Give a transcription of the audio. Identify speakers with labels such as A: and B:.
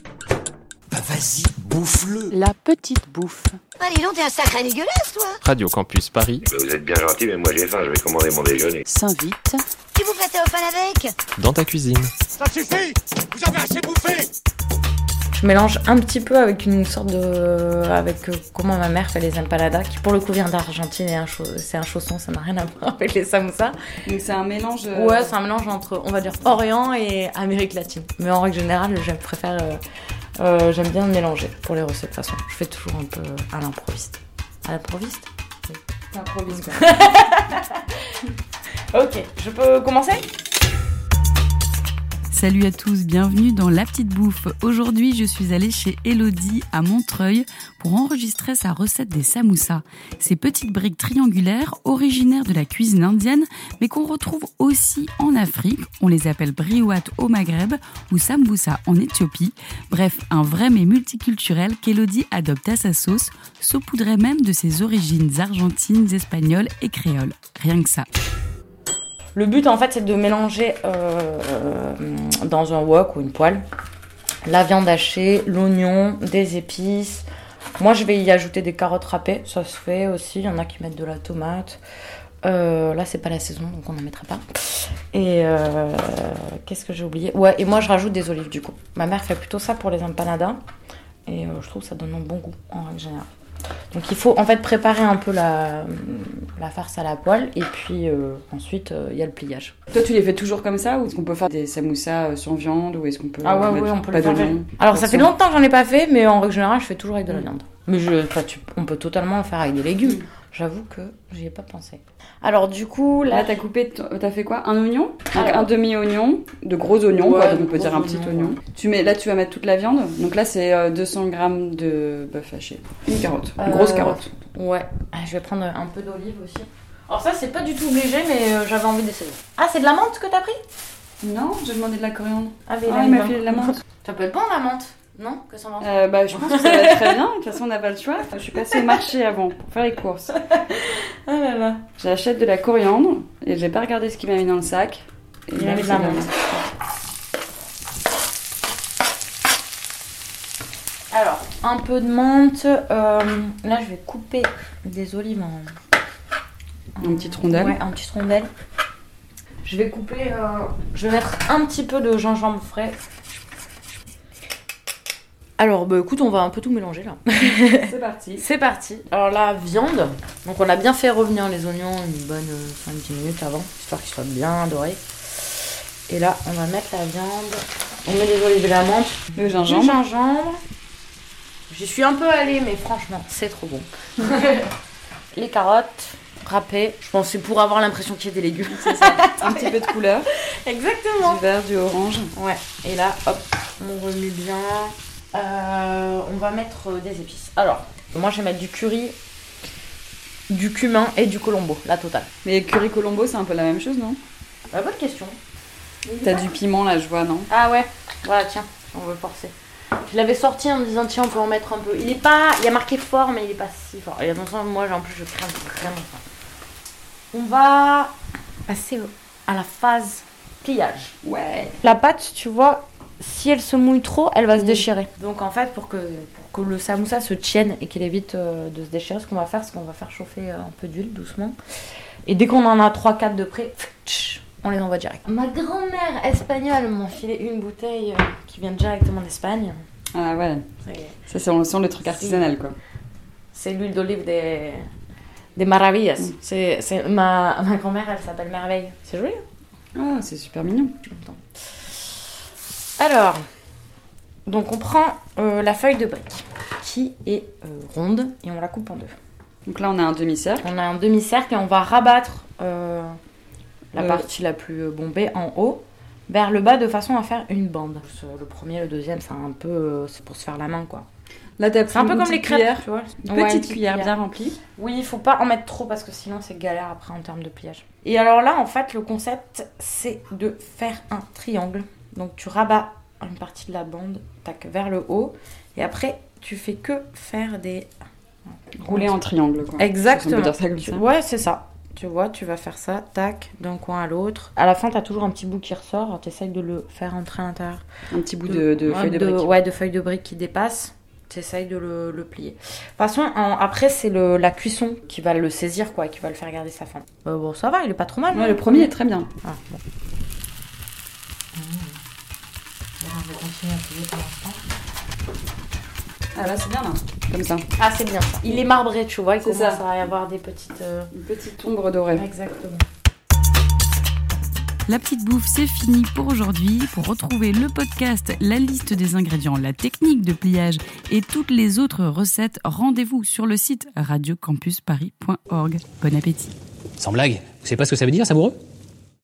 A: Bah, Vas-y, bouffe-le.
B: La petite bouffe.
C: Allez, donc t'es un sacré dégueulasse, toi
D: Radio Campus Paris,
E: Ben, Vous êtes bien gentil, mais moi j'ai faim, je vais commander mon déjeuner.
B: S'invite.
C: Tu vous prêtez au fan avec
D: dans ta cuisine.
A: Ça suffit Vous avez assez bouffé
F: Je mélange un petit peu avec une sorte de. avec euh, comment ma mère fait les empaladas, qui pour le coup vient d'Argentine et un chau- c'est un chausson, ça n'a rien à voir avec les samoussas.
G: Donc c'est un mélange. euh,
F: Ouais, c'est un mélange entre, on va dire, Orient et Amérique latine. Mais en règle générale, je préfère. euh, euh, J'aime bien mélanger pour les recettes de toute façon. Je fais toujours un peu à l'improviste. À l'improviste
G: T'improvises quoi.
F: Ok, je peux commencer
H: Salut à tous, bienvenue dans La Petite Bouffe. Aujourd'hui, je suis allée chez Elodie à Montreuil pour enregistrer sa recette des samoussas. Ces petites briques triangulaires originaires de la cuisine indienne, mais qu'on retrouve aussi en Afrique. On les appelle briouates au Maghreb ou sambousa en Éthiopie. Bref, un vrai mets multiculturel qu'Elodie adopte à sa sauce, saupoudrée même de ses origines argentines, espagnoles et créoles. Rien que ça.
F: Le but en fait c'est de mélanger euh, dans un wok ou une poêle la viande hachée, l'oignon, des épices. Moi je vais y ajouter des carottes râpées, ça se fait aussi. Il y en a qui mettent de la tomate. Euh, là c'est pas la saison donc on n'en mettra pas. Et euh, qu'est-ce que j'ai oublié Ouais, et moi je rajoute des olives du coup. Ma mère fait plutôt ça pour les empanadas et euh, je trouve que ça donne un bon goût en règle générale. Donc il faut en fait préparer un peu la, la farce à la poêle et puis euh, ensuite euh, il y a le pliage.
G: Toi, tu les fais toujours comme ça ou est-ce qu'on peut faire des samoussas euh, sans viande ou est-ce qu'on peut.
F: Ah ouais,
G: mettre
F: ouais, on peut
G: pas
F: le faire.
G: d'oignon,
F: Alors
G: pas
F: ça
G: de
F: fait
G: sang
F: longtemps que j'en ai pas fait, mais en règle générale, je fais toujours avec de la viande. Mais je, enfin, tu- on peut totalement le faire avec des légumes. J'avoue que j'y ai pas pensé. Alors du coup, là,
G: Là, t'as coupé, ton- t'as fait quoi Un oignon Donc
F: Alors.
G: un demi-oignon, de gros oignons,
F: Ouais,
G: quoi, donc
F: de
G: on peut
F: gros
G: dire un petit
F: oignons,
G: oignon. Tu mets, là, tu vas mettre toute la viande. Donc là, c'est euh, 200 grammes de bœuf haché. Une carotte, une grosse
F: Euh,
G: carotte.
F: ouais, Ah, je vais prendre un peu d'olive aussi. Alors ça, c'est pas du tout obligé, mais euh, j'avais envie d'essayer. Ah, c'est de la menthe que t'as pris
G: Non, j'ai demandé de la coriandre.
F: Ah, mais
G: Ah, il m'a filé de la menthe.
F: Ça peut être bon la menthe, non Que ça mange
G: Euh, bah, je pense que ça va être très bien. De toute façon, on n'a pas le choix. Je suis passée au marché avant pour faire les courses.
F: Ah là là.
G: J'achète de la coriandre et j'ai pas regardé ce qu'il m'a mis dans le sac. Et
F: Il
G: là,
F: avait de la
G: c'est
F: menthe. Alors, un peu de menthe. euh, là, je vais couper des olives en,
G: En petites rondelles.
F: Ouais, en petites rondelles. Je vais couper. euh, je vais mettre un petit peu de gingembre frais. Alors, bah écoute, on va un peu tout mélanger là.
G: C'est parti.
F: C'est parti. Alors la viande, donc on a bien fait revenir les oignons une bonne 5 minutes avant, histoire qu'ils soient bien dorés. Et là, on va mettre la viande. On met des olives et la menthe,
G: Le
F: du
G: gingembre.
F: gingembre. J'y suis un peu allée, mais franchement, c'est trop bon. les carottes râpées. Je pense que c'est pour avoir l'impression qu'il y a des légumes.
G: c'est ça. Un petit peu de couleur.
F: Exactement.
G: Du vert, du orange.
F: Ouais. Et là, hop, on remue bien. Euh, on va mettre euh, des épices. Alors, moi, je vais mettre du curry, du cumin et du colombo, la totale.
G: Mais curry colombo, c'est un peu la même chose, non
F: Ah, bonne question.
G: T'as du piment là, je vois, non
F: Ah ouais. Voilà, tiens, on veut forcer. Je l'avais sorti en me disant tiens, on peut en mettre un peu. Il est pas, il y a marqué fort, mais il est pas si fort. Et attention, moi, en plus, je crains vraiment ça. On va passer au- à la phase pliage.
G: Ouais.
F: La pâte, tu vois, si elle se mouille trop, elle va se
G: Mhm.
F: déchirer. Donc en fait, pour que, pour que le samoussa se tienne et qu'il évite euh, de se déchirer, ce qu'on va faire, c'est qu'on va faire chauffer euh, un peu d'huile doucement. Et dès qu'on en a 3-4 de près, tch, on les envoie direct. Ma grand-mère espagnole m'a filé une bouteille euh, qui vient directement d'Espagne.
G: Ah ouais.
F: C'est-
G: Ça, c'est on sent le truc artisanal, quoi.
F: C'est l'huile d'olive des, des maravillas. C'est, c'est- ma, ma grand-mère, elle s'appelle Merveille. C'est joli.
G: Ah, c'est super mignon.
F: Alors, donc on prend euh, la feuille de brique qui est euh, ronde et on la coupe en deux.
G: Donc là, on a un demi-cercle.
F: On a un demi-cercle et on va rabattre euh, la
G: Euh,
F: partie la plus euh, bombée en haut vers le bas de façon à faire une bande. Ce- Le premier, le deuxième, c'est un peu euh, c'est pour se faire la main quoi.
G: Là, t'as
F: C'est un peu comme les crêpes,
G: Cuillère.
F: tu vois.
G: Une
F: Ouais, une
G: petite cuillère bien remplie.
F: Oui, il faut pas en mettre trop parce que sinon c'est galère après en termes de pliage. Et alors là, en fait, le concept c'est de faire un triangle. Donc tu rabats une partie de la bande, tac, vers le haut, et après tu fais que faire des
G: Roulée en triangle, quoi. On peut
F: Exactement.
G: dire ça comme
F: Tu-
G: ça.
F: Ouais, c'est ça. Tu vois, tu vas faire ça, tac, d'un coin à l'autre. À la fin, t'as toujours un petit bout qui ressort. T'essayes de le faire entrer à l'intérieur.
G: Un petit bout de, de
F: Ouais,
G: feuille de brique.
F: Ouais, de feuille de brique qui dépasse. T'essayes de le, le plier. De toute façon, en- après, c'est le- la cuisson qui va le saisir, quoi, qui va le faire garder sa forme. Euh, bon, ça va, il est pas trop mal. hein.
G: Ouais, le premier Mmh. est très bien.
F: Ah, bon. On va continuer à plier pour l'instant.
G: Ah là, c'est bien là. Comme ça.
F: Ah, c'est bien ça. Il est marbré, tu vois, il
G: C'est
F: commence
G: ça.
F: à y avoir des petites. euh,
G: Une petite ombre dorée.
F: Exactement.
H: La petite bouffe, c'est fini pour aujourd'hui. Pour retrouver le podcast, la liste des ingrédients, la technique de pliage et toutes les autres recettes, rendez-vous sur le site radiocampusparis.org. Bon appétit.
I: Sans blague, vous savez pas ce que ça veut dire, savoureux